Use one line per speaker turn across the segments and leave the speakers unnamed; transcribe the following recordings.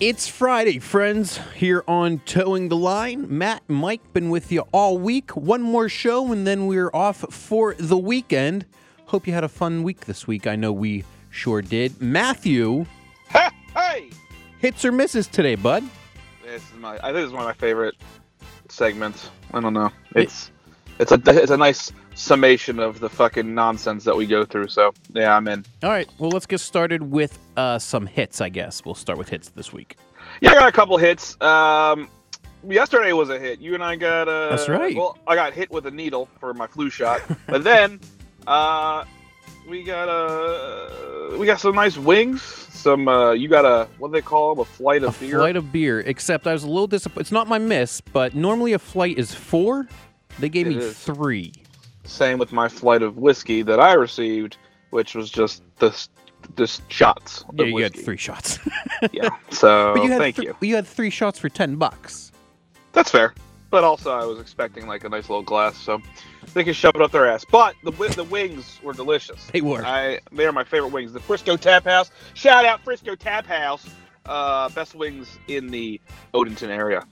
It's Friday, friends, here on Towing the Line. Matt and Mike been with you all week. One more show, and then we're off for the weekend. Hope you had a fun week this week. I know we sure did. Matthew,
Hey,
hits or misses today, bud?
this is my. I think this is one of my favorite segments. I don't know. It's it's a it's a nice summation of the fucking nonsense that we go through. So yeah, I'm in.
All right, well, let's get started with uh, some hits, I guess. We'll start with hits this week.
Yeah, I got a couple hits. Um, yesterday was a hit. You and I got a.
That's right.
Well, I got hit with a needle for my flu shot, but then, uh, we got a we got some nice wings. Some uh, you got a what do they call them? A flight of
a
beer.
flight of beer. Except I was a little disappointed. It's not my miss, but normally a flight is four. They gave me
It is.
three.
Same with my flight of whiskey that I received, which was just this this shots. Of
Yeah, you had
whiskey.
three shots.
Yeah. So
but you had
thank
thr-
you.
You had three shots for ten bucks.
That's fair. But also, I was expecting like a nice little glass, so they can shove it up their ass. But the wi- the wings were delicious.
They were.
I they are my favorite wings. The Frisco Tap House. Shout out Frisco Tap House. Uh, best wings in the Odenton area.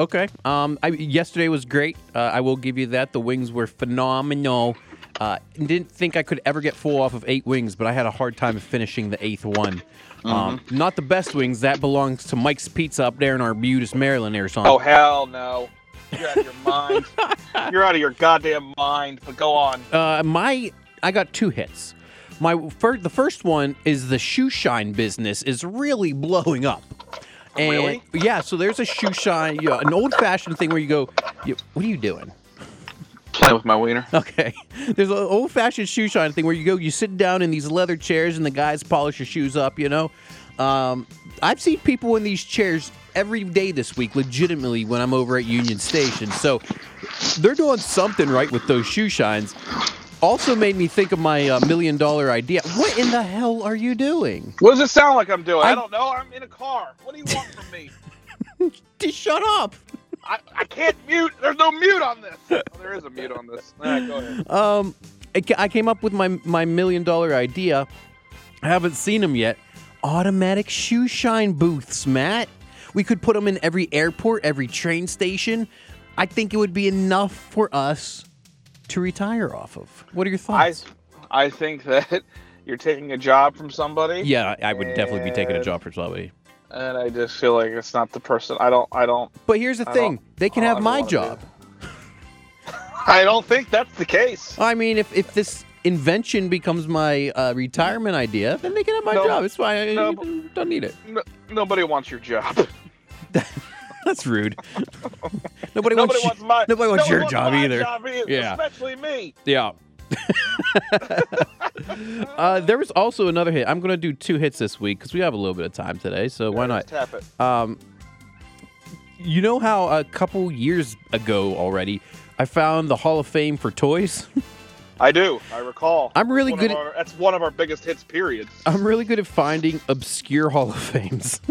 Okay. Um, I, yesterday was great. Uh, I will give you that. The wings were phenomenal. Uh, didn't think I could ever get full off of eight wings, but I had a hard time finishing the eighth one. Um,
Mm-hmm.
not the best wings. That belongs to Mike's Pizza up there in Arbutus, Maryland, Arizona.
Oh hell no! You're out of your mind. You're out of your goddamn mind. But go on.
Uh, my I got two hits. My first, the first one is the shoe shine business is really blowing up. And
Really?
yeah, so there's a shoe shine, you know, an old fashioned thing where you go, you, what are you doing?
Playing with my wiener.
Okay. There's an old fashioned shoe shine thing where you go, you sit down in these leather chairs and the guys polish your shoes up, you know? Um, I've seen people in these chairs every day this week, legitimately, when I'm over at Union Station. So they're doing something right with those shoe shines. Also made me think of my uh, million dollar idea. What in the hell are you doing?
What does it sound like I'm doing? I,
I-
don't know. I'm in a car. What do you want from me?
Just shut up.
I, I can't mute. There's no mute on this. Oh, there is a mute on this. All right, go ahead.
Um, I ca- I came up with my my million dollar idea. I haven't seen them yet. Automatic shoe shine booths, Matt. We could put them in every airport, every train station. I think it would be enough for us to retire off of. What are your
I,
thoughts?
I think that you're taking a job from somebody.
yeah, I would definitely be taking a
And-
job for somebody.
And I just feel like it's not the person. I don't. I don't.
But here's the
I
thing:
don't-
they can
I
have
don't
my
wanna do
job.
I don't think that's the case.
I mean, if if this invention becomes my uh, retirement idea, then they can have my
No.
job. It's fine.
No,
I don't need it.
No, nobody wants your job.
That's rude. nobody,
nobody
wants,
wants my.
nobody wants
no one
your job
my
either.
job either,
Yeah.
Especially me.
Yeah. uh, there was also another hit. I'm gonna do two hits this week because we have a little bit of time today, so why not?
Just tap it.
Um, you know how a couple years ago already, I found the Hall of Fame for toys.
I do. I recall.
I'm really
One of
good at-
our- that's one of our biggest hits. Periods.
I'm really good at finding obscure Hall of Fames.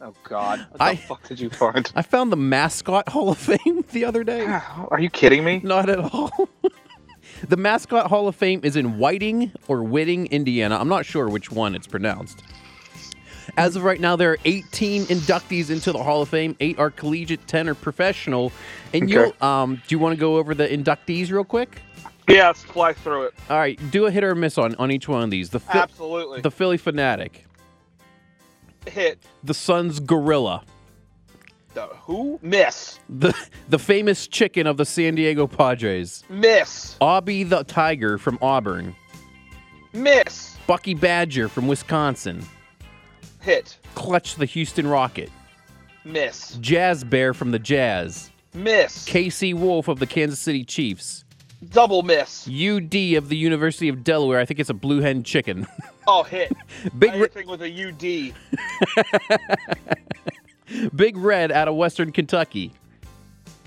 Oh God. What
I-
the fuck did you find?
I found the mascot Hall of Fame the other day.
Are you kidding me?
Not at all. the mascot Hall of Fame is in Whiting or Whiting, Indiana. I'm not sure which one it's pronounced. As of right now, there are 18 inductees into the Hall of Fame. Eight are collegiate, 10 are professional. And
Okay.
you'll, um, do you want to go over the inductees real quick?
Yeah, let's fly through it.
All right, do a hit or a miss on, on each one of these. The Phil-
Absolutely.
the Philly Fanatic,
hit
the Suns Gorilla,
the who miss
the the famous chicken of the San Diego Padres,
miss
Obby the Tiger from Auburn,
miss
Bucky Badger from Wisconsin,
hit
Clutch the Houston Rocket,
miss
Jazz Bear from the Jazz,
miss
KC Wolf of the Kansas City Chiefs,
double miss
UD of the University of Delaware. I think it's a blue hen chicken.
oh hit
Big Re-
anything with a UD
Big Red out of Western Kentucky,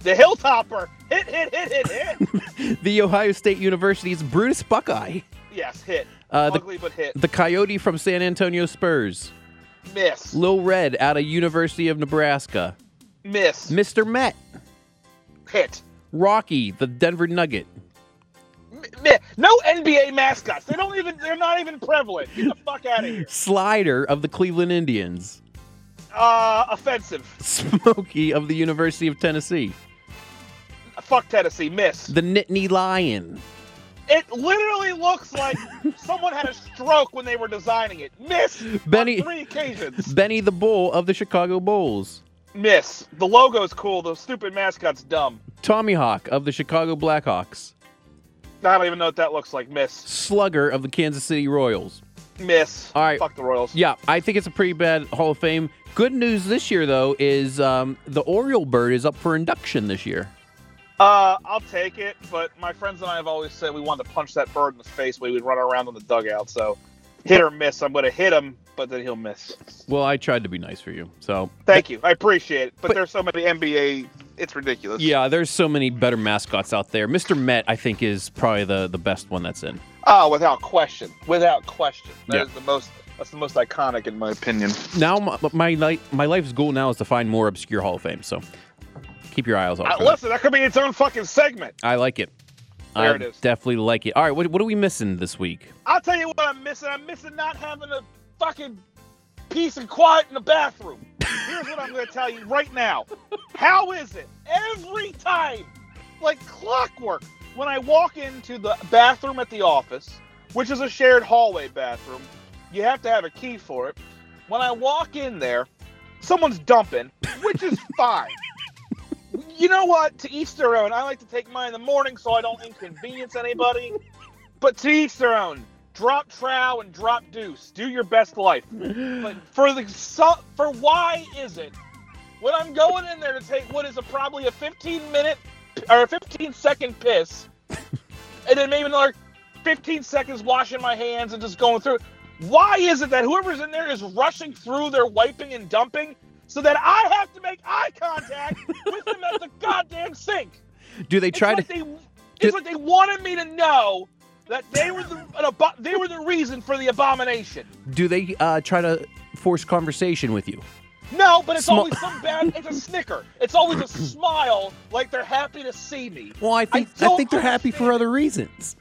the hilltopper hit hit hit hit hit
the Ohio State University's Brutus Buckeye,
yes hit
Uh, the-
ugly but hit
the Coyote from San Antonio Spurs,
miss
Lil Red out of University of Nebraska,
miss
Mr. Met,
hit
Rocky the Denver Nugget,
M- mi- no NBA mascots they don't even they're not even prevalent get the fuck out of here
Slider of the Cleveland Indians,
Uh, offensive.
Smokey of the University of Tennessee.
Fuck Tennessee. Miss.
The Nittany Lion.
It literally looks like someone had a stroke when they were designing it. Miss
Benny-
on three occasions.
Benny the Bull of the Chicago Bulls.
Miss. The logo's cool. The stupid mascot's dumb.
Tommy Hawk of the Chicago Blackhawks.
I don't even know what that looks like. Miss.
Slugger of the Kansas City Royals.
Miss.
All right.
Fuck the Royals.
Yeah, I think it's a pretty bad Hall of Fame. Good news this year, though, is um, the Oriole bird is up for induction this year.
Uh, I'll take it, but my friends and I have always said we wanted to punch that bird in the face when he would run around on the dugout. So, hit or miss, I'm going to hit him, but then he'll miss.
Well, I tried to be nice for you. So,
Thank you. I appreciate it. But,
But-
there's so many NBA, it's ridiculous.
yeah, there's so many better mascots out there. Mr. Met, I think, is probably the, the best one that's in.
Oh, without question. Without question. That
Yeah.
is the most that's the most iconic in my opinion.
Now, my my, li- my life's goal now is to find more obscure Hall of Fame. So, keep your eyes out.
Uh,
for that.
listen, that could be its own fucking segment.
I like it.
There
I
it is.
Definitely like it. All right, what, what are we missing this week?
I'll tell you what I'm missing. I'm missing not having a fucking peace and quiet in the bathroom. Here's what I'm going to tell you right now. How is it every time, like clockwork, when I walk into the bathroom at the office, which is a shared hallway bathroom, you have to have a key for it. When I walk in there, someone's dumping, which is fine. You know what? To each their own. I like to take mine in the morning so I don't inconvenience anybody. But to each their own. Drop trow and drop deuce. Do your best life. But for the so, for why is it when I'm going in there to take what is a probably a 15 minute or a 15 second piss, and then maybe another 15 seconds washing my hands and just going through. Why is it that whoever's in there is rushing through their wiping and dumping so that I have to make eye contact with them at the goddamn sink?
Do they try to?
it's like They, it's like they wanted me to know that they were the an abo- they were the reason for the abomination.
Do they uh, try to force conversation with you?
No, but it's
Small-
always some bad. It's a snicker. It's always a smile, like they're happy to see me.
Well, I think I,
don't
think they're happy for other reasons.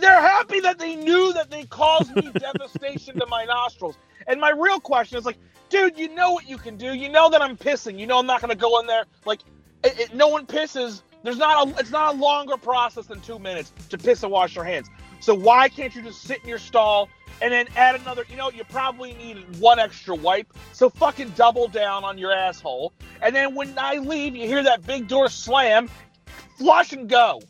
They're happy that they knew that they caused me devastation to my nostrils. And my real question is like, dude, you know what you can do. You know that I'm pissing. You know I'm not gonna go in there. Like, it, it- no one pisses. There's not a. It's not a longer process than two minutes to piss and wash your hands. So why can't you just sit in your stall and then add another? You know, you probably need one extra wipe. So fucking double down on your asshole. And then when I leave, you hear that big door slam, flush and go.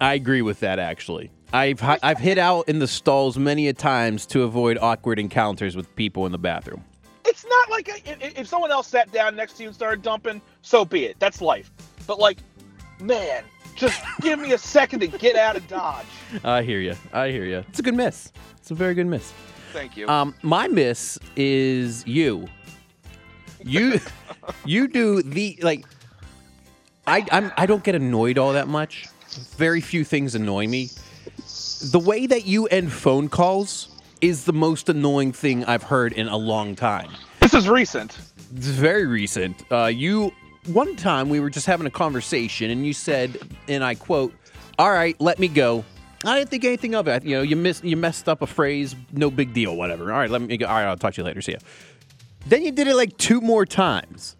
I agree with that actually. I've hi- I've hid out in the stalls many a times to avoid awkward encounters with people in the bathroom.
it's not like I, i- if someone else sat down next to you and started dumping, so be it. That's life. But like, man, just give me a second to get out of dodge.
I hear you. I hear you. It's a good miss. It's a very good miss.
Thank you.
Um, my miss is you. You, you do the like. I I'm, I don't get annoyed all that much. Very few things annoy me. The way that you end phone calls is the most annoying thing I've heard in a long time.
this is recent.
It's very recent. Uh, you one time we were just having a conversation, and you said, and I quote, "All right, let me go." I didn't think anything of it. You know, you missed, you messed up a phrase. No big deal. Whatever. All right, let me go. All right, I'll talk to you later. See ya. Then you did it like two more times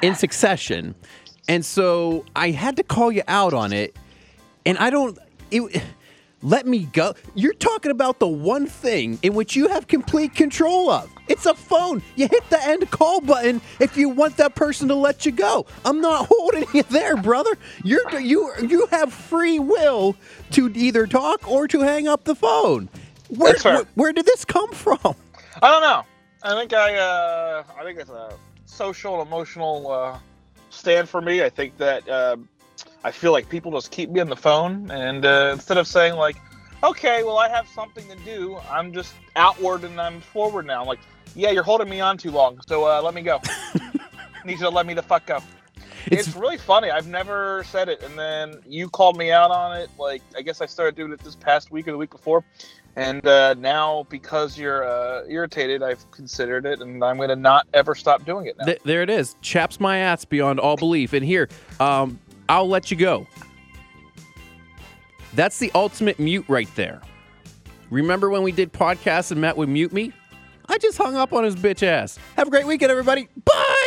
in succession, and so I had to call you out on it. And I don't. It, let me go. You're talking about the one thing in which you have complete control of. It's a phone. You hit the end call button if you want that person to let you go. I'm not holding you there, brother. You're you you have free will to either talk or to hang up the phone. Where
That's fair.
where, where did this come from?
I don't know. I think I, uh, I think it's a social and emotional uh, stand for me. I think that uh, I feel like people just keep me on the phone, and uh, instead of saying like, "Okay, well, I have something to do," I'm just outward and I'm forward now. I'm like, "Yeah, you're holding me on too long, so uh, let me go. Need you to let me the fuck go." It's,
It's-
really funny. I've never said it, and then you called me out on it. Like, I guess I started doing it this past week or the week before. And uh, now, because you're uh, irritated, I've considered it, and I'm going to not ever stop doing it now.
Th- there it is. Chaps my ass beyond all belief. And here, um, I'll let you go. That's the ultimate mute right there. Remember when we did podcasts and Matt would mute me? I just hung up on his bitch ass. Have a great weekend, everybody. Bye.